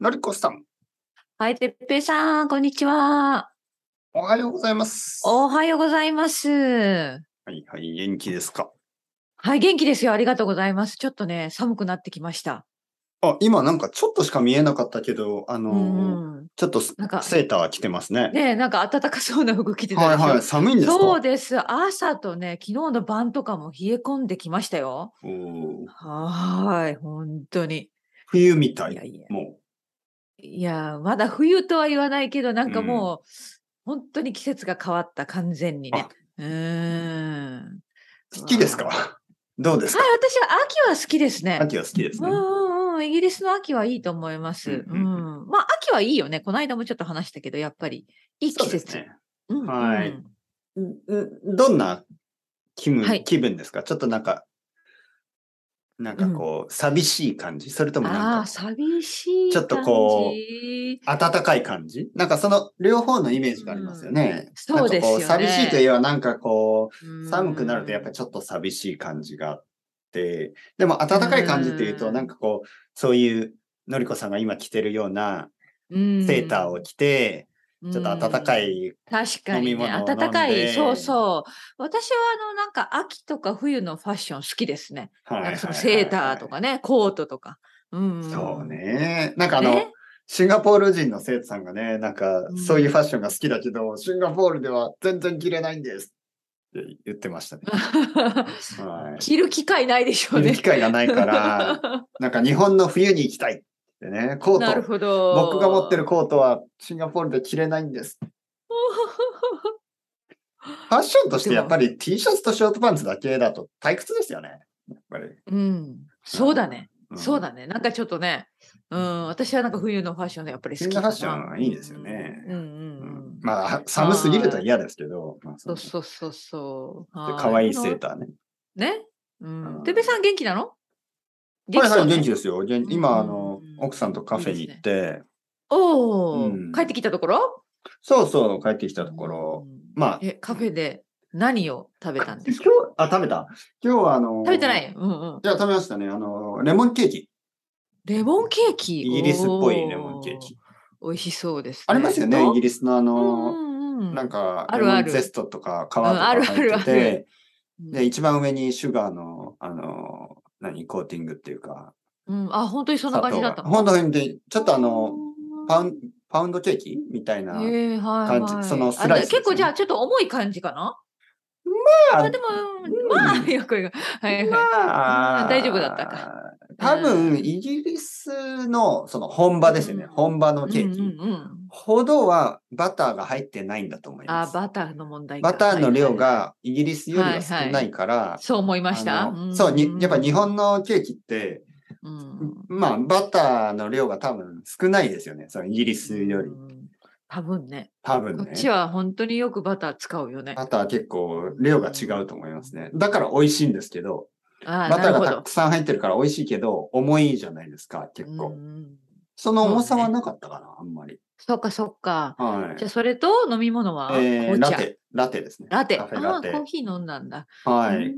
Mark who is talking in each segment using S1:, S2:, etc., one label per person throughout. S1: のりこさん、
S2: はい、てっぺいさん、こんにちは。
S1: おはようございます。
S2: おはようございます。
S1: はいはい、元気ですか。
S2: はい、元気ですよ。ありがとうございます。ちょっとね、寒くなってきました。
S1: あ、今なんかちょっとしか見えなかったけど、あの
S2: う
S1: ー
S2: んうん。
S1: ちょっとセ
S2: なんか
S1: ーター着てますね。
S2: ねえなんか暖かそうな服着てた
S1: は
S2: で
S1: い
S2: しょ。
S1: はい、寒いんですか
S2: そうです。朝とね、昨日の晩とかも冷え込んできましたよ。
S1: おー
S2: はーい、本当に。
S1: 冬みた
S2: い
S1: い。
S2: やいや、
S1: も
S2: いやまだ冬とは言わないけど、なんかもう、本当に季節が変わった、完全にね
S1: あ。
S2: うーん。
S1: う、好きです
S2: わあ
S1: かどうですか
S2: はい、私は秋は好きですね。
S1: 秋は好きです
S2: う
S1: ね。
S2: んうんうん、イギリスの秋はいいと思います。
S1: う
S2: うんん
S1: うんうん
S2: まあ、秋はいいよね。この間もちょっと話したけど、やっぱり、いい
S1: そ
S2: 季
S1: うです
S2: 節。
S1: ね。
S2: うんうん
S1: はいんんどんな気分,、
S2: はい
S1: 気分ですかちょっとなんか、なんかこう、寂しい感じそれとも
S2: あ
S1: なん
S2: あ、
S1: か、
S2: 寂しい感じ。
S1: ちょっとこ温かい感じなんかその両方のイメージがありますよね。
S2: そうですよね
S1: なんかこう寂しいといえばなんかこう、
S2: うん
S1: 寒くなるとやっぱりちょっと寂しい感じがあって、でも暖かい感じっていうと、
S2: うん
S1: なんかこう、そういう、のりこさんが今着てるような
S2: うん
S1: セーターを着て、ちょっと暖か
S2: うん
S1: い、
S2: 確かに
S1: 飲み
S2: ね、
S1: 物を飲んで
S2: 暖かい。そうそう。私は、あの、なんか、秋とか冬のファッション好きですね。
S1: はい
S2: なんかそのセーターと。かね、コートとか。うんん。
S1: そう。ね。なんかあの
S2: ね、
S1: シンガポール人の生徒さんがね、なんか
S2: うん
S1: そういうファッションが好きだけど、シンガポールでは全然着れないんですって言ってましたね。はい。
S2: 着る機会ないでし
S1: 着
S2: ょうね
S1: る機。会がない から、なんか日本の冬に行きたいってね、コ
S2: なる
S1: ート、
S2: ほど。
S1: 僕が持ってるコートはシンガポールで着れないん です。ファッションとしてやっぱり T シャツとショートパンツだけだと退屈ですよね。やっぱり。
S2: うん。そうだね。
S1: ん
S2: そうだね。なんかちょっとね。うん。私はなんか冬のファッションでやっぱり好き
S1: 冬
S2: か
S1: のファ
S2: な。
S1: ッションはいいですよね
S2: うん
S1: う
S2: うんうんうん
S1: ん。まあ、寒すぎると嫌ですけど、まあ、
S2: そうそうそうそう。
S1: で
S2: は
S1: 可愛いセ
S2: で
S1: ー
S2: も
S1: ターね。
S2: ね。う
S1: うん
S2: ん。てべさん元気なの
S1: はいはい、元気
S2: 気そうね
S1: ですよ。元今、あの
S2: う、ん
S1: 奥さんとカフェに行って、
S2: お
S1: うん
S2: ー帰ってきたところ
S1: そうそう、帰ってきたところ、。まあ、
S2: え、カフェで何を食べたんで
S1: 今
S2: す
S1: 日
S2: か、
S1: あ、食べた今日はあの、
S2: 食べてないうんうん。
S1: いや、食べましたね。あの、レモンケーキ。
S2: レモンケーキ
S1: イギリスっぽいレモンケーキ。。
S2: おー美味しそうです、ね。
S1: ありますよね、イギ
S2: リ
S1: リスのあの、
S2: な
S1: なん、か、
S2: あるある
S1: レモンゼストとか皮と
S2: うんあ
S1: か
S2: る
S1: 入
S2: あ
S1: って
S2: るあ
S1: て
S2: る、うん
S1: で、一番上にシュガーの、あの、何、コーティングっていうか、
S2: うん、あ、本当にそんな感じだったの
S1: 本当に、ちょっとあの、
S2: うん
S1: パウンパウンドケーキみたいな。
S2: へえは
S1: 感
S2: いは
S1: じ
S2: い、
S1: そのスライスです
S2: あ
S1: ね
S2: 結構じゃあちょっと重い感じかな
S1: まあ
S2: あでも、まあ、いや、これが。はいはい。
S1: ま
S2: うん大丈夫だったか。
S1: 多
S2: うん
S1: 分、イギリスの、その本場ですよね。
S2: うん
S1: 本場のケーキ。
S2: うんうんうん、
S1: ほどはバターが入ってないんだと思いま
S2: あ、
S1: す。
S2: バターの問題か
S1: バターの量、
S2: はい
S1: がイギリスよりは少ないから、
S2: はいそう思いました。
S1: あの
S2: ん
S1: そうに、やっぱ日、本のケーキって、
S2: うん
S1: まあ、バターの量が多分少ないですよね。そのイギリスより。
S2: うん多分ね。
S1: 多分
S2: こっ
S1: ね。
S2: ちは本当によくバター使うよね。
S1: バター結構量が違うと思いますね。だから美味しいんですけど、
S2: あ
S1: バター
S2: なるほ
S1: が
S2: ど
S1: たくさん入ってるから美味しいけど、重いじゃないですか、結
S2: う
S1: 構。
S2: んうん
S1: その重さ
S2: そ
S1: は
S2: うね
S1: なかったかな、あんまり。
S2: そっかそっか。
S1: は
S2: じ
S1: い。
S2: ゃあそれと飲み物は、
S1: えー、
S2: 紅茶
S1: ラテ、ラテですね。
S2: ラテ。
S1: カ
S2: あ
S1: フェラ
S2: あ
S1: テ
S2: ー、コーヒー飲んだんだ。
S1: は
S2: うー
S1: い
S2: ん。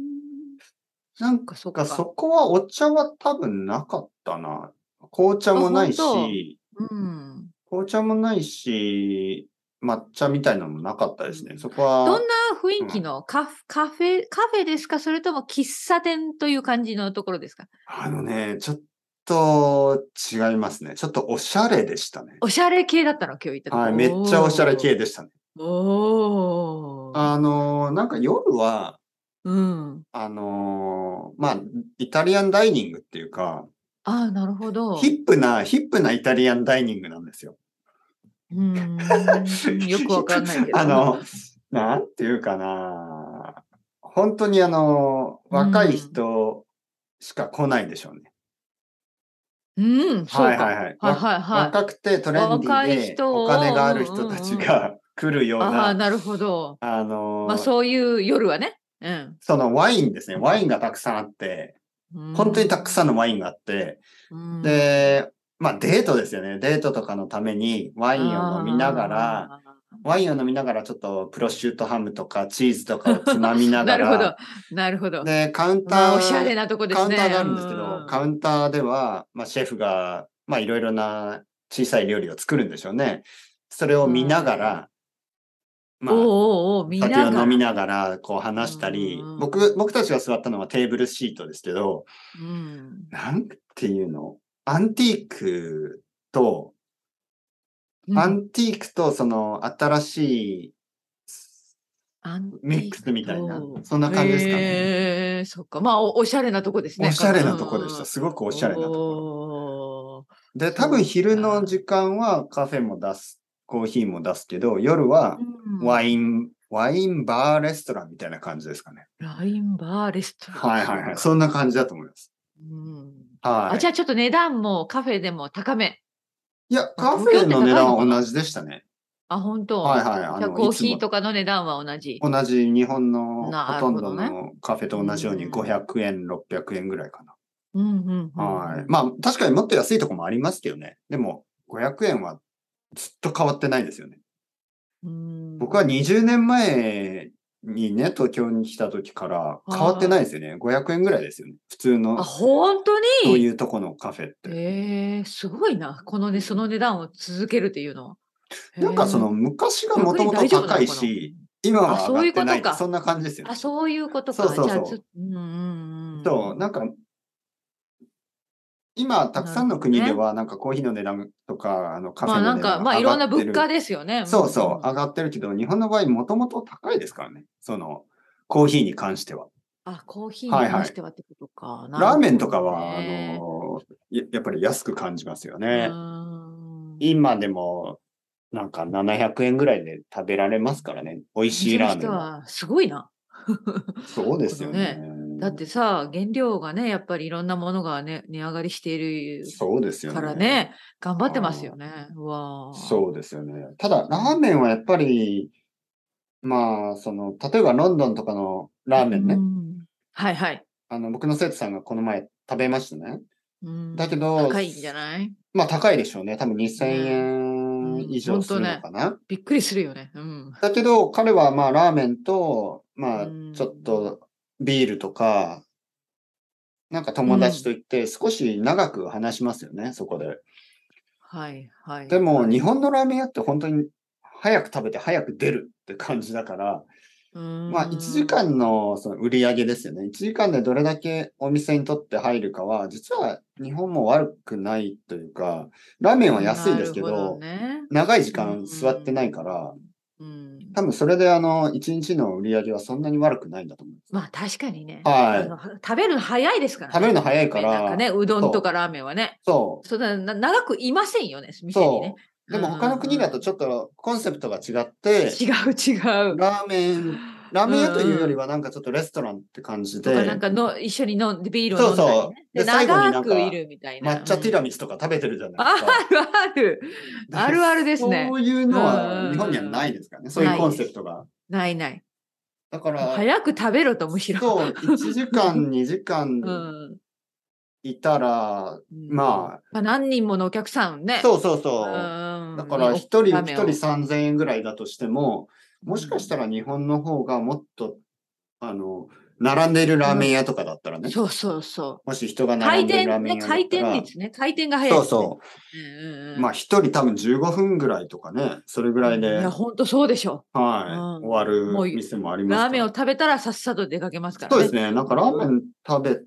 S1: なん
S2: そっ
S1: か
S2: か
S1: そ
S2: そっか。
S1: こはお茶は多分なかったな。紅茶もない
S2: あ本
S1: し、
S2: うん。
S1: 紅茶もないし、抹茶みたいなのもなかったですね。
S2: うん
S1: そこは。
S2: どんな雰囲気のカフ,、カフェ、カフェですかそれとも喫茶店という感じのところですか
S1: あのね、ちょっと違いますね。ちょっとおしゃれでしたね。
S2: おしゃれ系だったの今日行ったとこ
S1: はい、めっちゃおしゃれ系
S2: で。
S1: でしたね。
S2: おー。
S1: あのーなんか夜は、
S2: うん。
S1: あのーまあ、イタリアンダイニングっていうか、
S2: ああ、なるほど。
S1: ヒップな、ヒップなイタリアンダイニングなんですよ。
S2: うーん。よくわかんないけど。
S1: あの、なんていうかな。本当にあの、若い人しか来ないでしょうね。
S2: うん、そうか。
S1: はいはいはい
S2: はいはいはい
S1: 若くてトレンディ
S2: 若い
S1: ーで
S2: 人を
S1: お金がある人たちが来るよう
S2: ああ、
S1: な、
S2: なるほど。
S1: あの、
S2: まあそういう夜はね。うん。
S1: そのワインですね。ワインがたくさんあって、本当にたくさんのワインがあって、
S2: うん、
S1: で、まあデートですよね。デートとかのためにワ
S2: ワ
S1: インを飲みながら、、ワインを飲みながらちょっとプロシュートハムとかチーズとかをつまみなが
S2: な
S1: ら、
S2: るほど、なるほど。
S1: で、カウンター、
S2: まあ、おしゃれなとこです
S1: カウン
S2: ね。
S1: ターがあるんですけど、
S2: うん
S1: カウンターでは、まあ、シェフが、まあ、いろいろな小さい料理を作るんでしょうね。それを見ながら、まあ、
S2: おうおうおう、みんな
S1: 酒を
S2: が
S1: 飲みながら、こう話したり
S2: うんうん、
S1: 僕、僕たちが座ったのはテーブルシートですけど、
S2: うん。
S1: なんていうのアンティークと、
S2: うん
S1: アンティークとその新しい
S2: アンティーク
S1: ミックスみたいな
S2: おう
S1: そんな感じですかね
S2: へえ、そっか。まあお、おしゃれなとこですね。
S1: おしゃれなとこでし
S2: う
S1: た。
S2: ん。
S1: すごくおしゃれなとこ
S2: こ
S1: ろ。で、多分昼の時間はカフェも出す、コーヒーも出すけど、夜はワ
S2: イン。
S1: イン、ワインバーレストランみたいな感じですかね。
S2: ラインバーレストラン。
S1: はいはいはい。そんな感じだと思います。
S2: うん
S1: は
S2: あ、じゃあちょっと値段もカフェでも高め。
S1: い。いや、カフェの値段は同じでしたね。
S2: あ、本当。
S1: はいはいあの
S2: じゃあコー
S1: いつ
S2: ヒ
S1: も
S2: ーとかの値段は同じ。
S1: 同じ日本の
S2: な
S1: ほ
S2: る
S1: と
S2: ほ
S1: んど
S2: どね
S1: のカフェと同じように
S2: うん
S1: 500円、600円ぐらいかな。
S2: うんうんうん。
S1: はい。まあ、確かにもっと安いとこもありますけどね。でも、500円はずっと変わってないですよね。
S2: うん
S1: 僕は20年前にね、東京に来た時から変わってないですよね。500円ぐらいですよね。普通
S2: あ、
S1: の、そ
S2: 本当に
S1: ういうとこのカフェって。
S2: えー、すごいな。このね、その値段を続けるというのは。
S1: なんかその
S2: へー、
S1: 昔がもともと高いし、今は上がってない
S2: あそういうことか
S1: そんな感じですよ
S2: あ、
S1: ね。
S2: そういうことか。
S1: そうそうそう
S2: じゃあずっうんうんうん。
S1: そう、なんか、今、たくさんの国では、なんかコーヒーの値段とか、あのカフ
S2: ま
S1: ェ
S2: あな
S1: の
S2: ん
S1: 値
S2: か、
S1: 段
S2: まあいろんな物価
S1: で。
S2: ですよね。
S1: そうそう、
S2: ん
S1: 上がってるけど、日本の場合、もともと高いですからね。その、コーヒーに関しては。
S2: あ、コーヒー
S1: はいは
S2: に
S1: い
S2: 関してはってことか。なる
S1: ラ
S2: ほ
S1: ー
S2: どね
S1: メンとかは、あのや、やっぱり安く感じますよね。
S2: うーん
S1: 今でも、なんか700円ぐらいで食べられますからね。美味しいラー
S2: その
S1: メン
S2: 人
S1: は。
S2: はすごいな。
S1: そうですよね。
S2: だってさ、原料がね、やっぱりいろんなものがね、値上がりしている
S1: そうですよね。
S2: からね、頑張ってますよね。うわー
S1: そうですよね。ただ、ラーメンはやっぱり、まあ、その、例えばロンドンとかのラーメンね、
S2: うんはいはい。
S1: あの、僕の生徒さんがこの前食べましたね。
S2: うん
S1: だけど
S2: 高いんじゃない
S1: まあ、高いでしょうね。多分2000円以
S2: う
S1: 上
S2: ん
S1: するのかな。
S2: びっくりするよね。うん。
S1: だけど、彼はまあ、ラーメンと、まあ
S2: うん、
S1: ちょっとビールとか、なんか友達と行って少し長く話しますよね、そこで。
S2: はいはい。
S1: でも、日
S2: 本、
S1: 本のラーメン屋って本当に早く食べて早く出るって感じだから、まあ、1時間のその売り上げですよね。1時間でどれだけお店にとって入るかは、実は日本も悪くないというか、ラーメンは安いですけど、
S2: なるほね
S1: 長い時間座ってないから、
S2: うん、
S1: 多分それであの、1日の売り上げはそんなに悪くないんだと思います。
S2: まあ確かにね、
S1: はい
S2: あの食べるの早いですから、
S1: 食べるの早いから
S2: なんかね、うどんとかラーメンはね、
S1: そ
S2: そんなな長くいませんよね、
S1: う。
S2: 店にね
S1: そ。う。でも他の国だとちょっとコンセプトが違って、
S2: 違う違う。
S1: ラーメン、ラーメン屋というよりはなんかちょっとレストランって感じ
S2: と
S1: で、
S2: かなんかの一緒に飲んでビールを飲んだり、ね、
S1: そうそうで
S2: で
S1: 最後にな
S2: 長
S1: んか
S2: くいるみたいな。
S1: 抹茶ティラミスとか食べてるじゃ
S2: うんあ
S1: ないですか。
S2: るある。あるあるですね
S1: そういうの
S2: うんうんう
S1: は
S2: ん
S1: 日本にはないですからね。そういうコンセプトが。
S2: ないない。
S1: だから、
S2: 早く食べろとむしろ。
S1: そう、1時間、2時
S2: う
S1: 間
S2: ん
S1: いたら、ま
S2: まあ何人ものお客さんね。
S1: あ、そうそうそう。
S2: うん
S1: だから、1人、1
S2: ラーメン
S1: 人
S2: を
S1: 3000円ぐらいだとしても、もしかしたら日本の方がもっと、あの、並んでいるラーメン屋とかだったらね。
S2: そうそうそ
S1: もし人が
S2: う。
S1: 並
S2: 回
S1: んで
S2: 転
S1: いるラーメン屋
S2: ね、
S1: だったら
S2: 回。転率ね、回転が早い、
S1: そうそう。
S2: う
S1: まあ、一人多分15分ぐらいとかね、それぐらいで、
S2: いや、
S1: はい、
S2: 本当そうでしょうん
S1: 終わ
S2: もう
S1: る店もあり
S2: う。
S1: ます
S2: ラ
S1: か
S2: ーメン
S1: ら
S2: を食べたらさっさと出かけますからね。
S1: そうですね。なんかラーメン食べ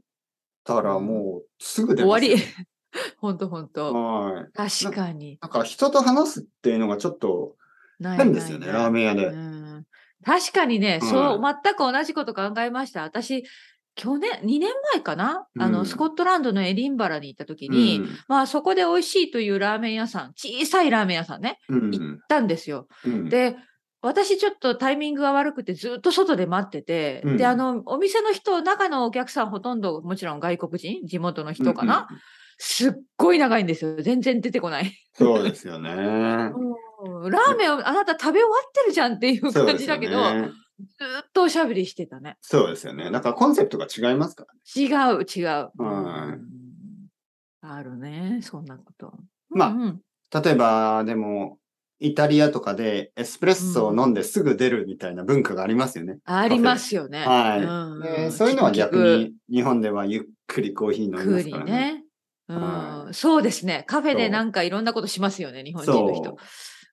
S1: たらもうすぐ出
S2: 終
S1: ま
S2: わ
S1: す
S2: り
S1: よ。。
S2: 本当本当。
S1: はい。
S2: 確かに。
S1: だから人と話すっていうのがちょっと
S2: ない
S1: 変ですよね、
S2: ない
S1: ラーメン屋
S2: う
S1: で。
S2: ん確かにね、
S1: うん
S2: そう、全く同じこと考えました。私、去年、2年前かな、あ
S1: う
S2: の、
S1: ん
S2: スコットランドのエディンバラに行った時
S1: う
S2: に、
S1: ん。
S2: まあ、そこで美味しいというラーメン屋さん、小さいラーメン屋さんね、
S1: うん。
S2: 行ったんですよ。
S1: うん、
S2: で、私ちょっとタイミングが悪くてずっと外で待ってて、
S1: うん
S2: で、あの、お店の人、中のお客さんほとんどもちろん外国人、地元の人かな、
S1: うんうん
S2: すっごい長いんですよ。全然出てこない。
S1: そうですよね。
S2: もうラーメンをあなた食べ終わってるじゃんっていう
S1: そうで
S2: 感じ
S1: すよ
S2: だけど、
S1: ね。
S2: ずーっとおしゃべりしてたね。
S1: そうですよね。だからコンセプトが違いますからね。
S2: 違う、違う。
S1: はい
S2: うんあるね、そんなこと。
S1: まあ
S2: うんうん
S1: 例えば、でも、イタリアとかでエスプレッソを飲んですぐ出るみたいな文化がありますよね。
S2: ありますよね。
S1: はい
S2: うん
S1: でそういうのは逆に日本ではゆっくりコーヒー飲み
S2: ク
S1: ま
S2: ー
S1: す
S2: リ
S1: か
S2: ー
S1: らね。
S2: ね。うん
S1: は
S2: そうですね。カフェ
S1: そ
S2: で
S1: う
S2: なんかいろんなことしますよね、日本人の人
S1: そ。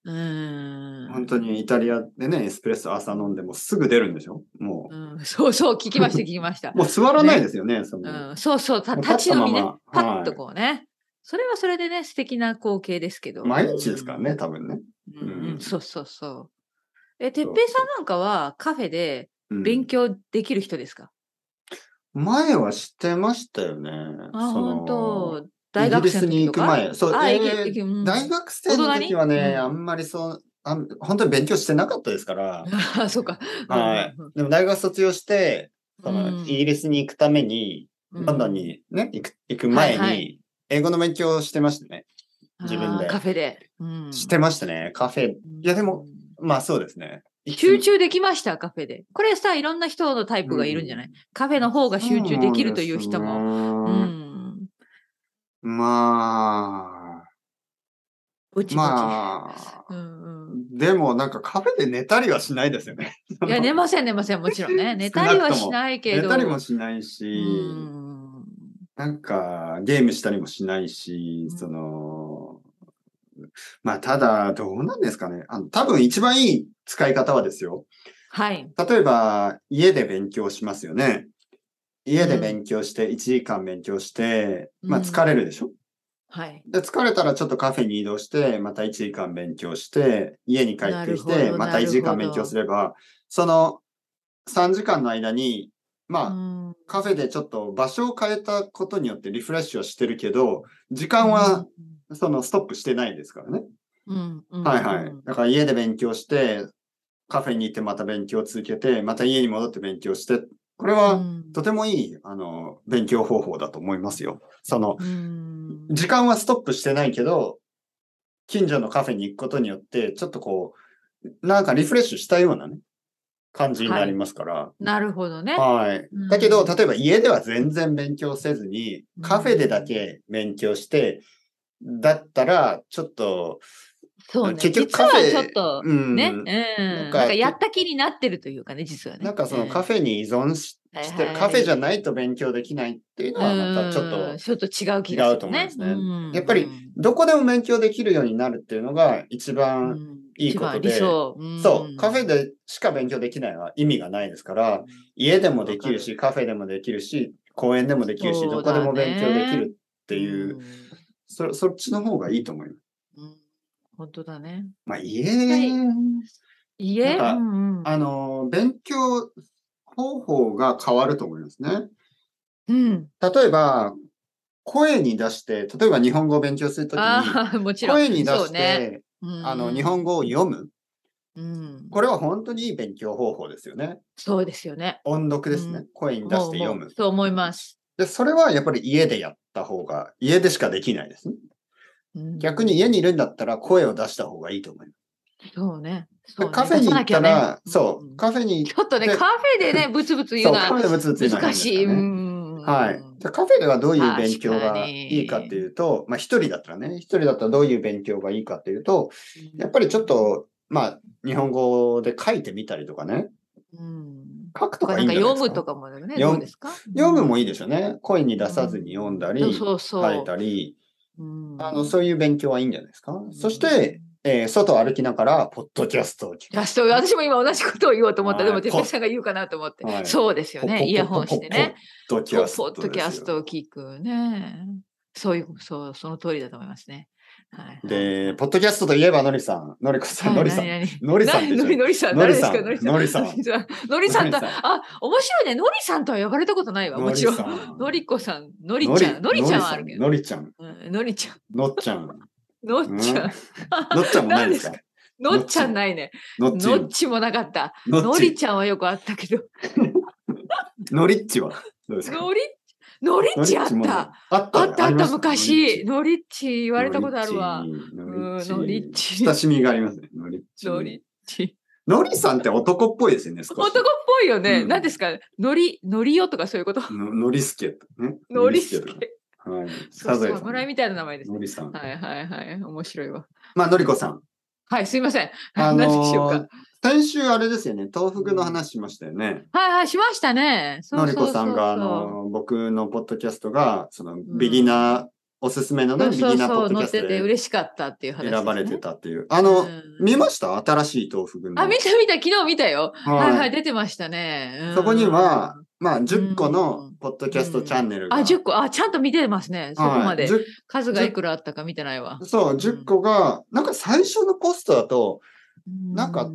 S2: うーん。
S1: 本当にイタリアでね、エスプレッソ朝飲んでもすぐ出るんでしょも
S2: うん、そうそう、聞きました、聞きました
S1: う、。もう座らないですよね、その。
S2: うん、そうそう、た
S1: もう
S2: 立ち飲みね
S1: 立っ。
S2: パ
S1: たまま
S2: ッとこうね、それはそれでね、素敵な光景ですけど。
S1: 毎日ですからね、多分ね。
S2: うん。うん、
S1: うん
S2: そうそうそう。え、てっぺいさんなんかはカフェで
S1: うん
S2: 勉強できる人ですか、
S1: 前は知ってましたよね。
S2: あ、
S1: その
S2: 本当大学生の
S1: イギリスに行
S2: 時と
S1: く
S2: か
S1: 前。そう、
S2: あ、
S1: え
S2: え
S1: ー
S2: ーうん
S1: 大学生の時は
S2: 大人に
S1: ね、
S2: うん
S1: あんまりそう、あん本当に勉強してなかったですから。
S2: あー、そうか。
S1: はい。でも大学卒業して、そのイギリスに行くために、
S2: うん
S1: ロンドンにね、行く行く前
S2: はいは
S1: に、英語の勉強をしてましたね。自分で
S2: あーカフェで。うん
S1: してましたね。カフェ。いや、でも、、まあそうですね。
S2: 集中できました、カフェで。これさ、いろんな人のタイプがいるんじゃない、カフェの方が集中できるという人も。う
S1: も
S2: ん。
S1: まあ、
S2: ぼちぼち。
S1: まあ、
S2: うんうん
S1: でもなんかカフェで寝たりはしないですよね。
S2: いや、寝ません、寝ません、もちろ んね。寝たりはしないけ
S1: 寝
S2: ど。
S1: たりもしないうし、
S2: ん。
S1: なんかゲームしたりもしないし、
S2: うん
S1: その、まあただ、どうなんですかね。あの多分一番いい使い方はですよ。
S2: はい。
S1: 例えば、家で勉強しますよね。家で
S2: うん
S1: 勉強して、1時間勉強して、まあ
S2: うん
S1: 疲れるでしょ、
S2: はい。
S1: で、疲れたらちょっとカフェに移動して、また1時間勉強して、家に帰ってき
S2: なるほ
S1: て、
S2: ど
S1: また1時間勉強すれば、その3時間の間に、
S2: う
S1: まあ、
S2: ん
S1: カフェでちょっと場所を変えたことによってリフレッシュはしてるけど、時間は、そのストップしてないですからね。
S2: うん。うん
S1: はいはい。だから家で勉強して、カフェに行ってまた勉強を続けて、また家に戻って勉強して、これはとてもいい、あの、勉強方法だと思いますよ。その、
S2: うん
S1: 時間はストップしてないけど、近所のカフェに行くことによって、ちょっとこう、なんかリフレッシュしたようなね、感じになりますから。
S2: なるほどね。
S1: はい。
S2: うん
S1: だけど、例えば家では全然勉強せずに、カフェでだけ勉強して、だったら、ちょっと、
S2: そうね。
S1: 結
S2: 実
S1: 局カフェ
S2: はちょっと、
S1: うん、
S2: ね。うん。なん
S1: んか
S2: かやった気になってるというかね、実はね。
S1: なんかそのカ
S2: ェ
S1: フェに依存し
S2: はい
S1: して、
S2: はい
S1: カフェじゃないと勉強できないっていうのは、またちょっと、
S2: ちょっと違う気が
S1: 違
S2: する、ね。
S1: うと思いますね
S2: うん
S1: やっぱりどこでも勉強できるようになるっていうのが一
S2: う
S1: 番、
S2: ん
S1: いいことで
S2: 一番理想。うん
S1: そう、カフェでしか勉強できないのは意味がないですから、家でもできるし、カフェでもできるし、公園でもできるし、
S2: そ
S1: ど
S2: う
S1: こ
S2: だね
S1: でも勉強できるっていうう、
S2: ん。
S1: そそっちの方がいいと思います。
S2: うん本当だね。
S1: まあ、家、
S2: はいいいえ。
S1: なんか
S2: うんうん
S1: あの、勉強方法が変わると思いますね。
S2: うん。
S1: 例えば、声に出して、例えば日本語を勉強するときに、
S2: ああ、もちろん。
S1: 声に出
S2: そ
S1: し
S2: う
S1: て、
S2: ね
S1: あの、日本語を読む。
S2: うん、
S1: これは本当にいい勉強方法ですよね。
S2: そうですよね。
S1: 音読ですね。
S2: うん
S1: 声に出して読
S2: もうも
S1: む
S2: う。そう思います。
S1: で、それはやっぱり家でやった方が、家でしかできないですね。
S2: うん
S1: 逆に家にいるんだったら声を出した方がいいと思いま
S2: そうね。
S1: す。
S2: そうね
S1: カフェに行った
S2: 出さなきゃ
S1: ら
S2: ね、
S1: そう、
S2: ん
S1: カフェに、
S2: ちょっとね、
S1: で
S2: カフェでね、ブツブツ言
S1: そうう、
S2: のは
S1: カフェでぶつぶつ言うのは変
S2: 難
S1: ですか
S2: し
S1: ら
S2: い。う
S1: ね
S2: ん
S1: はい。じゃあカフェではどういう勉強
S2: 確
S1: が
S2: かに
S1: いいかっていうと、まあ一人だったらね、一人だったらどういう勉強がいいかっていうと、やっぱりちょっ、と、まあ日本語で書いてみたりとかね、
S2: うん
S1: 書くと
S2: とか
S1: か
S2: ない
S1: い
S2: ん
S1: ん
S2: か
S1: じゃないですか。
S2: 読むとかもね、
S1: 読む
S2: どうですか
S1: 読むも
S2: い
S1: いいでしょうね。声に出さずに読んだり、
S2: そうそう。
S1: 書いたり、
S2: うん
S1: あの、そういう勉強はいいんじゃないですか。そし
S2: う
S1: て、
S2: ん、
S1: えー外歩きながら、ポッドキャストを聞く。
S2: ラスト私も今同じことを言おうと思っ
S1: は
S2: た。
S1: い
S2: でも、てっぺいさんが言うかなと思って。
S1: はい
S2: そうですよ
S1: ポ
S2: ね。イヤホンしてね。。
S1: ポッドキ
S2: ポ
S1: ャ
S2: ッ
S1: スト
S2: ポ
S1: ですよ。
S2: ッドキャストを聞くね。そういう、そう、その通りだと思いますね。はい。
S1: で、ポッドキャストといえば、のりさん、のりこさん、のりさん。
S2: ん。
S1: のりさん
S2: な
S1: で
S2: のり
S1: し
S2: のりさん、
S1: の
S2: 誰
S1: り
S2: です
S1: さ
S2: か
S1: ん
S2: のりさん。
S1: のりさん
S2: のりさ んの
S1: のりさ
S2: りさんと
S1: ん
S2: あ、面白いね。のりさんとは呼ばれたことないわ。
S1: ょ。
S2: もちろん。のりこさん、のりちゃん、のりちゃんはあるけど。
S1: のりさん
S2: うんのりちゃん、
S1: のりちゃん、
S2: のっ
S1: の
S2: ちゃん。
S1: っちゃん。のっちゃんもないですか
S2: のっちゃんないね。
S1: のっち
S2: のっ
S1: ん。
S2: ちもなかった。
S1: の
S2: の
S1: っ
S2: り
S1: ち。
S2: ちゃんはよくあったけど。
S1: のりっちは。どうですか
S2: のり、のりっちあっ
S1: のりっちも
S2: た。
S1: あった。
S2: あったあ
S1: り
S2: っ
S1: ま
S2: た
S1: す
S2: 昔。。のりっち言
S1: 言
S2: われたことあるわ。。
S1: のりっち。
S2: うんのりっち
S1: 親しみがありますね。のりっち。
S2: のりっち。
S1: のりさんって男っぽいですよね。少し
S2: 男っぽいよね。
S1: うん
S2: 何ですかのり、のりよとかそういうこと。
S1: ののりすけとかね。
S2: のりす
S1: のり
S2: け。
S1: とかはい。
S2: そう
S1: サザエ
S2: そう
S1: さん。
S2: 侍みたいな名前ですね。
S1: のりさん。
S2: はいはいはい。面白いわ。
S1: まあ、のりこさん。
S2: はい、すいません。
S1: あの
S2: 何でしょうか
S1: ー。、先週あれですよね、東北の話しましたよね。
S2: はいはい、しましたね。そう
S1: の
S2: そう
S1: り
S2: そう
S1: こさんが、あ
S2: そう
S1: のー、僕のポッドキャストが、その、ビギナーおすすめの
S2: そ
S1: ね、
S2: う
S1: ビギ
S2: そう
S1: ナーポ
S2: そ
S1: ッド
S2: う、
S1: キ
S2: 乗
S1: ャ
S2: っ
S1: スト
S2: てて
S1: で
S2: 嬉しかったっていう話です、ね。
S1: 選ばれてたっていう。あの、
S2: うん
S1: 見ました新しい豆腐軍団。
S2: あ、見た見た、昨日見たよ。はいはい、
S1: はい。
S2: 出てましたね。うん
S1: そこには、まあ、10個
S2: う
S1: の
S2: ん
S1: ポッドキャストチャンネルが。
S2: あ、10個。あ、ちゃんと見てますね。そこ
S1: はい
S2: まで。
S1: 10
S2: 数がいくらあったか見てないわ。
S1: そう、10個が、なんか最初のポストだと、
S2: な
S1: なんか、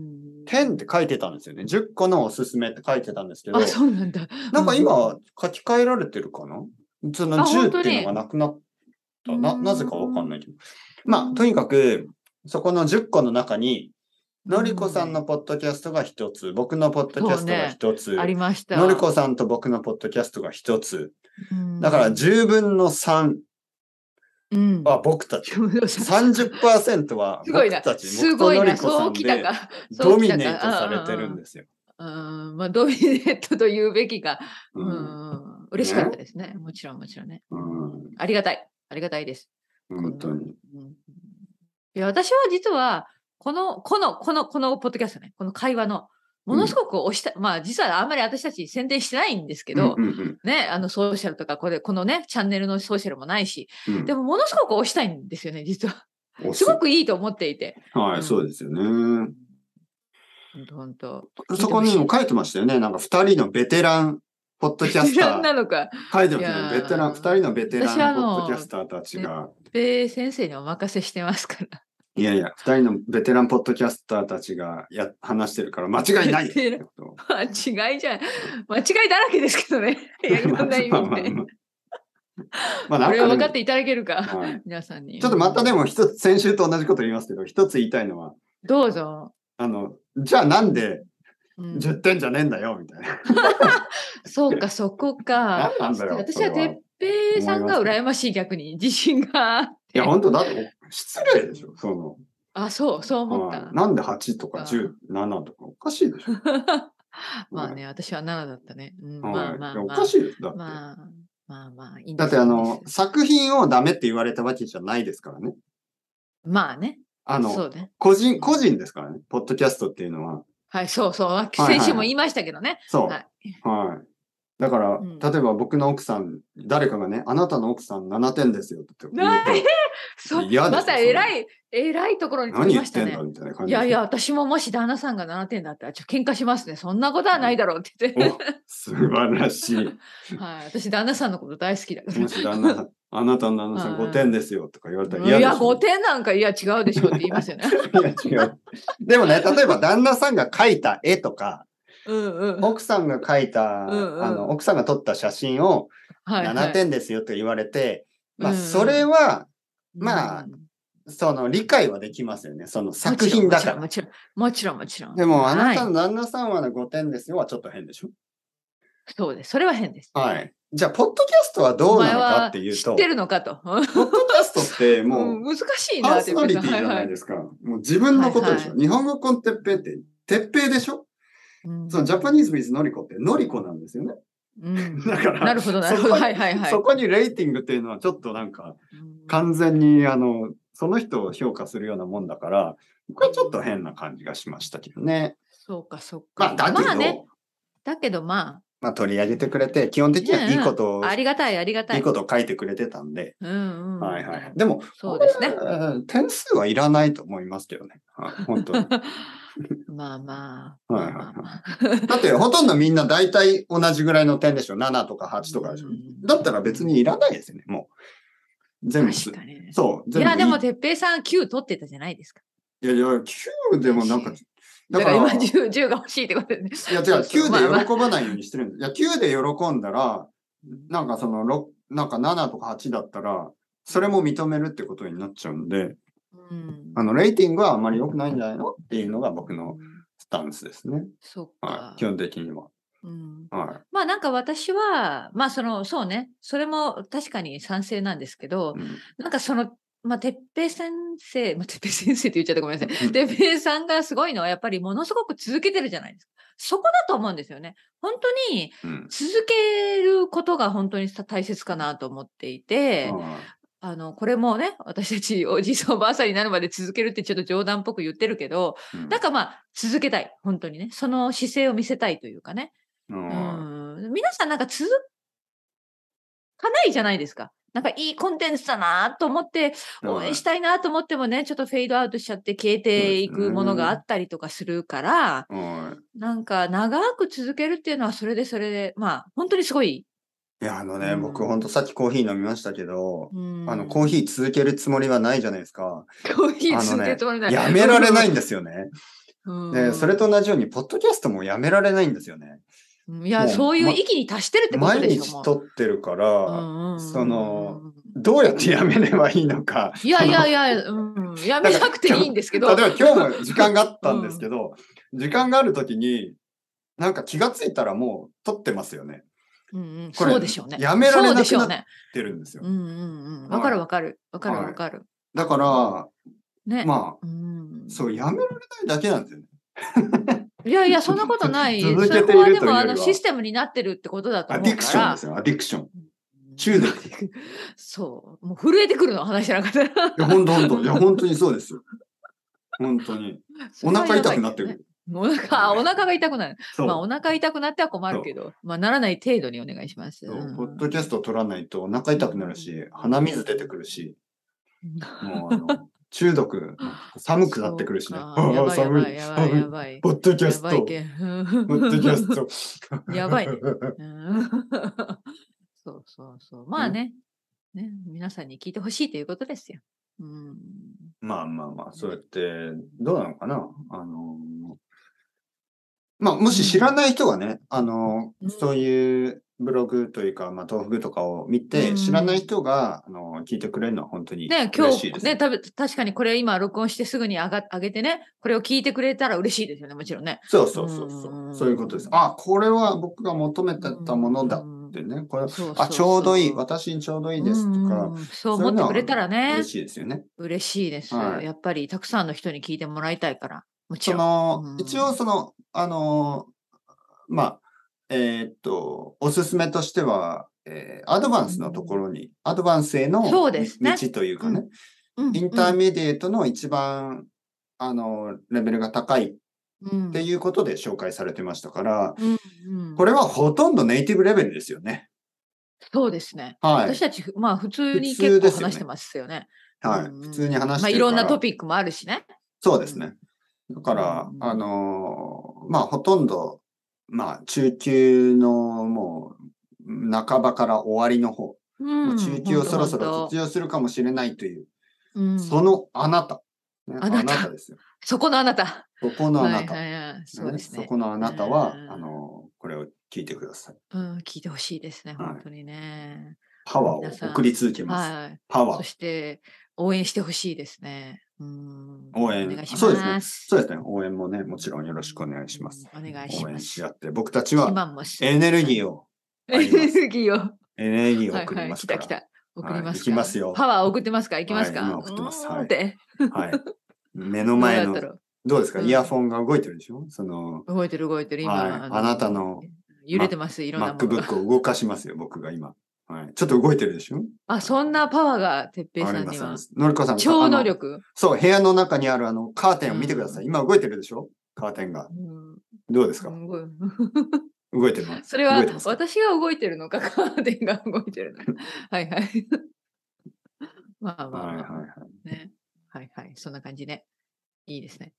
S1: 10って書いてたんですよね。10個のおすすめって書いてたんですけど、
S2: あ、そうなんだ。
S1: なんか今、書き換えられてるかなその
S2: あ本
S1: 10
S2: 当
S1: ってい
S2: に
S1: うのがなくなった。な、
S2: うん
S1: なぜかわかんないけど。まあ、とにかく、そこの10個の中に、 のりこさんのポッドキャストが一つ、僕のポッドキャストが一つ、
S2: ありました。
S1: のりこさんと僕のポッドキャストが一つ。
S2: うん
S1: だから、10分の3
S2: うん
S1: は僕たち。30%は
S2: すごい
S1: 僕
S2: な
S1: た。ち、
S2: す
S1: 僕
S2: ご
S1: と
S2: い
S1: のり
S2: な。
S1: こ
S2: そ
S1: さん
S2: うきた
S1: で
S2: か。そ
S1: ド
S2: う
S1: ミ
S2: き
S1: ネ
S2: たか
S1: ートされてるんですよ。
S2: うん、まあ、ドミネートというべきが、う
S1: うん
S2: ん、嬉しかったですね。もちろん、もちろんね。
S1: うん
S2: ありがたい。ありがたいです。
S1: 本当に。
S2: うん。いや、私は実は、この、この、この、このポッドキャストね、この会話の、ものすごく押した、まあ、実はあんまり私たち宣伝してないんですけど、
S1: うんうん
S2: ね、あの、ソーシャルとか、これ、このね、チャンネルのソーシャルもないし、
S1: うんうん
S2: でも、ものすごく押したいんですよね、実は。
S1: お
S2: すごくいいと思っていて。
S1: は
S2: うん
S1: い、そうですよね。
S2: ほんとほんと。
S1: そこにも書いてましたよね。なんか二人のベテラン、ポッドキャス
S2: 知 ら
S1: タ
S2: ん
S1: ー。
S2: なのか。
S1: 書いてまし
S2: いや
S1: た
S2: ー
S1: ね。ベテラン、二人のベテ
S2: 私あ
S1: ラン、ポ
S2: の
S1: ッドキャスターたちが。
S2: べー先生にお任せしてますから。
S1: いやいや、二人のベテランポッドキャスターたちがや話してるから間違いないってこと。
S2: 間違いじゃん。間違いだらけですけ どね。いや、いろんな意味で。
S1: まあ、まあまあまあまあ
S2: こ
S1: なん
S2: れを
S1: か
S2: 分
S1: で
S2: かっ
S1: も
S2: ていただけるか、
S1: はい
S2: 皆さんに。
S1: ちょっとまたで
S2: も。
S1: も一つ、先週と同じこと言いますけど、一つ言いたいのは、
S2: どうぞ。
S1: あの、じゃあなんで
S2: うん
S1: 10点じゃねえんだよ、みたいな。
S2: そうか、そこか。
S1: なんなんだよ
S2: 私
S1: それ
S2: は
S1: は
S2: 哲平さんが羨ましい、逆に。自信があって。
S1: いや、本当だって、失礼でしょ、その。
S2: あ、そう、そう思っ
S1: は
S2: た
S1: い。なんで8とか
S2: あ
S1: 17とかおかしいでしょ。
S2: まあね、私は7だったね。うん、ま
S1: は
S2: あ
S1: い
S2: まあ
S1: いやお
S2: まあ。
S1: かしいです。だって。
S2: まあまあまあ、いいん
S1: だって
S2: よ
S1: あの
S2: いい、ですよ
S1: 作品をダメって言われたわけじゃないですからね。
S2: まあね。
S1: あ
S2: そ
S1: の、
S2: うね。
S1: 個人、個人ですからね。ポッドキャストっていうのは。
S2: はい、そうそう。
S1: いはい
S2: 先週も言いましたけどね。
S1: そう。
S2: は
S1: はい。だから、
S2: うん
S1: 例えば僕の奥さん、誰かがね、あなたの奥さん7点ですよって言う
S2: な
S1: と
S2: いそう
S1: 嫌ですよ
S2: また偉い、偉いところに飛
S1: 何
S2: び
S1: 言
S2: ま
S1: っ
S2: した
S1: てん
S2: ね
S1: だ。みたいな感
S2: い
S1: じで
S2: やいや、私ももし旦那さんが7点だったら、ちょっと喧嘩しますね。そんなことはないだろうって言って。
S1: お 素晴らしい。
S2: はい、私、旦那さんのこと大好きだか
S1: もし旦那さん、あなたの旦那さん
S2: はい
S1: 5点ですよとか言われたら
S2: ら。
S1: 嫌
S2: い
S1: でし
S2: や、5
S1: ょ。
S2: 点なんか、いや、違うでしょって言 いますよね。
S1: いや違うでもね、例えば旦那さんが描いた絵とか、
S2: うんうん。
S1: 奥さんが描いた、
S2: うんうん
S1: あの、奥さんが撮った写真を
S2: はいはい
S1: 7点ですよと言われて、まあ、
S2: うんうん
S1: それは、まあ
S2: うん
S1: その理解はできますよね。その作品だから
S2: も。ちろん、もちろん、もちろん。もちろん
S1: でも、あ
S2: は
S1: ないたの旦那さんは5点ですよはちょっと変でしょ
S2: そうです。それは変です。
S1: はい。じゃあ、ポッドキャストはどうなのかっていう
S2: お前は知っ
S1: と、ポ
S2: て
S1: ッ
S2: るのかと。
S1: ドキャストってもう、
S2: うん難しい
S1: パ
S2: な
S1: ー
S2: って
S1: ソナリティじゃないですか。もう自分のことでしょ。
S2: は
S1: 日本語コンテッペイって、てっぺいでしょそのジャパニーズ・ウィズ・ノリコってノリコなんですよね。
S2: うん
S1: だから
S2: なるほど、なるほど。
S1: そこに
S2: はいはいはい
S1: そ。こにレーティングっていうのはちょっとなんか
S2: うん
S1: 完全にあの、その人を評価するようなもんだから、これはちょっと変な感じがしましたけどね。
S2: そうか、そう
S1: ま
S2: か。
S1: あ、だけど、まあ
S2: ね。だけどま
S1: 取り上げてくれて、基本的にはいいことを、
S2: あ、ありがたい、ありがたい。
S1: いいことを書いてくれてたんで、
S2: うんうん。
S1: はいはい。でも、
S2: そうです ね
S1: こ。れうん点数はいらないと思いますけどね。はい本当に。
S2: まあまあ。
S1: はいはい
S2: まあまあ
S1: だってほとんどみんな大体同じぐらいの点でしょ。7とか8とかでしょ
S2: うん。
S1: だったら別にいらないですよね、もう。全部す
S2: 確。かに。
S1: そう、
S2: い
S1: 全部いい。
S2: や、でも、てっぺいさん9取ってたじゃないですか。
S1: いやいや、9でもなんか
S2: 確、
S1: だ
S2: だ
S1: か、
S2: からら
S1: い
S2: 今
S1: や違う、
S2: 10、10が欲しいってことでね。そうそうまあ
S1: 9
S2: ま
S1: で
S2: あ
S1: 喜ばないようにしてるんです。いや、9で喜んだら、なんかその、ろなんか7とか8だったら、それも認めるってことになっちゃうんで、
S2: うん
S1: あの、レーティングはあんまり良くないんじゃないのっていうのが僕のスタンスですね。
S2: そっ
S1: は
S2: か
S1: い。基。本的には。
S2: うん
S1: は
S2: まあなんか私は、まあその、そうね、それも確かに賛成なんですけど、
S1: い。うん
S2: なんかその、まあ、てっぺい先生、まあ、てっぺい先生って言っちゃってごめんなさ
S1: う
S2: い。
S1: ん
S2: てっぺいさんがすごいのは、やっぱりものすごく続けてるじゃないですか。そこだと思うんですよね。本当に
S1: うん。
S2: 続けることが本当にさ大切かなと思っていて、
S1: はい
S2: あの、これもね、私たちおじいさんおばあさんになるまで続けるってちょっと冗談っぽく言ってるけど、
S1: うん
S2: なんかまあ、続けたい。本当にね。その姿勢を見せたいというかね。
S1: うん
S2: うん皆さんなんか続かないじゃないですか。なんかいいコンテンツだなと思って、応援したいなと思ってもね、ちょっとフェードアウトしちゃって消えていくものがあったりとかするから、
S1: うん。
S2: なんか長く続けるっていうのはそれでそれで、まあ本当にすごい。
S1: いや、あの
S2: う
S1: ね、
S2: ん
S1: 僕ほんとさっきコーヒー飲みましたけど、
S2: うん
S1: あの、 コーヒー続けるつもりはないじゃないですか。
S2: コーヒー続けてもらえない。
S1: やめられないんですよね。
S2: うん。
S1: で、それと同じように、ポッドキャストもやめられないんですよね。
S2: うんいや、
S1: もう
S2: そういう
S1: ま
S2: 域に達してるってこと
S1: 毎
S2: でしょ。
S1: 日
S2: もう
S1: 撮ってるから、
S2: うんうん
S1: その
S2: うん
S1: どうやってやめればいいの か。
S2: いやいやいや、うん、やめなくていいんですけ
S1: 例え
S2: ど。
S1: ば今日も時間があったんですけど、時間があるときに、なんか気がついたらもう撮ってますよね。
S2: うんうん、
S1: これ
S2: そうでしょうね。
S1: やめられなくなっ
S2: そうでしょうね。
S1: 撮ってるんですよ
S2: う。んうんうん。わかるわかる。わかるわかる。
S1: だから、
S2: ね。
S1: まあ、
S2: うん、
S1: そう、やめられないだけなんですよね。
S2: いやいや、そんなことない。
S1: 続けている
S2: そこ
S1: とい
S2: はで
S1: うより
S2: も、
S1: は
S2: あの、システムになってるってことだと
S1: ア
S2: 思う
S1: デ
S2: から。
S1: ィクションですよ、アディクション。
S2: う
S1: 中
S2: ん
S1: 毒。い
S2: そう。もう震えてくるの、話じゃなかったら。
S1: や、本当本当いや、本当にそうですよ。本当に。 お腹痛くなってくる。
S2: お腹、あお腹が痛くなる。
S1: そう。
S2: まあ、お腹痛くなっては困るけど、まあ、ならない程度にお願いします。
S1: そう
S2: うん
S1: ポッドキャストを撮らないとお腹痛くなるし、鼻水出てくるし、も うあの中毒、寒くなってくるしね。
S2: そう
S1: あ
S2: かや
S1: あ
S2: ばいや
S1: 寒い、
S2: ばいやばい
S1: 寒
S2: や
S1: い。
S2: ばい。
S1: ポッドキャ
S2: や
S1: ス
S2: ば
S1: ト、
S2: い
S1: ポ
S2: けん。
S1: ッドキャ スト。
S2: やばいね
S1: は
S2: うん そうそうそう。まあね。ね、皆さんに聞いてほしいということですよ。うん。
S1: まあまあまあ、そうやって、どうなのかなあのーまあ、もし知らない人がね、あのー
S2: うん
S1: そういうブログというか、まあ、豆腐とかを見て、
S2: うん
S1: 知らない人が、あのー聞いてくれるのは本当に
S2: ね、今
S1: 嬉し
S2: 日
S1: いです。
S2: ね、たぶ確かにこれ今録音してすぐに上が上げてね、これを聞いてくれたら嬉しいですよね、もちろんね。
S1: そうそうそうそうう。
S2: ん
S1: そういうことです。あ、これは僕が求めてたものだってね。これ
S2: そうそうそう
S1: あ、ちょうどいい。私にちょうどいいですと
S2: う
S1: か。
S2: んそう思ってくれたら
S1: そういうのは
S2: ね
S1: 嬉、しいですよね。
S2: 嬉しいです、
S1: はい
S2: やっぱりたくさんの人に聞いてもらいたいから、もち
S1: そ
S2: ろん。
S1: の、
S2: うん
S1: 一応その、あの、まあ、えーっと、おすすめとしては、えーアドバンスのところに、アドバンスへの
S2: そうですね
S1: 道というかね、
S2: うん
S1: インターミディエートの一番、あの、レベルが高いっ
S2: うん
S1: ていうことで紹介されてましたから、
S2: うんうん
S1: これはほとんどネイティブレベルですよね。
S2: そうですね。
S1: はい
S2: 私。たち、まあ普通に
S1: 普通
S2: 結
S1: ですよね
S2: 構話してますよね。
S1: はい。
S2: うん
S1: 普通に話してるから、
S2: まあいろんなトピックもあるしね。
S1: そうですね。だから
S2: う、ん
S1: あのーまあ、ほとんど、まあ、中級のもう、半ばから終わりの方、もう中級をそろそろ卒
S2: 業、
S1: 業するかもしれないという、
S2: うん
S1: そのあなた、ね
S2: あなた
S1: ですよ。
S2: そこのあなた。
S1: そこのあなた。
S2: はいはいはい、そうですね
S1: そ。このあなたは
S2: う、ん
S1: あのーこれを聞いてください。
S2: うん、聞いてほしいですね、
S1: はい
S2: 本当にね。
S1: パワ
S2: 皆
S1: ー
S2: さ
S1: を
S2: ん
S1: 送り続けます。
S2: はい。
S1: パワ
S2: そ
S1: ー。
S2: して、応援してほしいですね。うん。
S1: 応援
S2: お願いします。
S1: そうですねそうですね。応援もね、もちろんよろしくお願いします。
S2: うん。お願いし
S1: 応
S2: ま
S1: 援し
S2: す。
S1: 合って、僕たちは
S2: 今もし
S1: エネルギーを、
S2: エ
S1: あります
S2: ネルギーを。
S1: エネルギー
S2: は
S1: を
S2: い
S1: 送
S2: は
S1: り
S2: い、
S1: ます
S2: 来
S1: か
S2: た
S1: ら
S2: 来。た。送り
S1: はい
S2: ます
S1: 行
S2: か。
S1: きますよ
S2: パワー送ってますか行きますか、
S1: はい今送ってます
S2: うーん
S1: はい
S2: って。
S1: はい。目の前
S2: どうやった
S1: の、
S2: ろう
S1: どうですか、
S2: うん
S1: イヤフォンが動いてるでしょその、
S2: 動いてる動いてる今、
S1: はい
S2: の
S1: あなたの
S2: 揺れてますいろんなものが
S1: MacBook を動かしますよ、僕が今。はい。ちょっと動いてるでしょ
S2: あそんなパワーがてっぺい
S1: あ
S2: さ
S1: り
S2: ん
S1: ま
S2: に
S1: すあり
S2: は
S1: ますのりこさん
S2: 超能
S1: あの
S2: 力、
S1: そう、部屋の中にあるあの、カーテンを見てください。
S2: う
S1: 今動いてるでしょカーテンが
S2: う。ん、
S1: どうですか
S2: すごい
S1: 動いてるの
S2: それは
S1: 動いてますか
S2: 私が動いてるのかカーテンが動いてるのかはいはい まあまあ、まあ
S1: はいはいはい。
S2: ねはいはいそんな感じねいいですね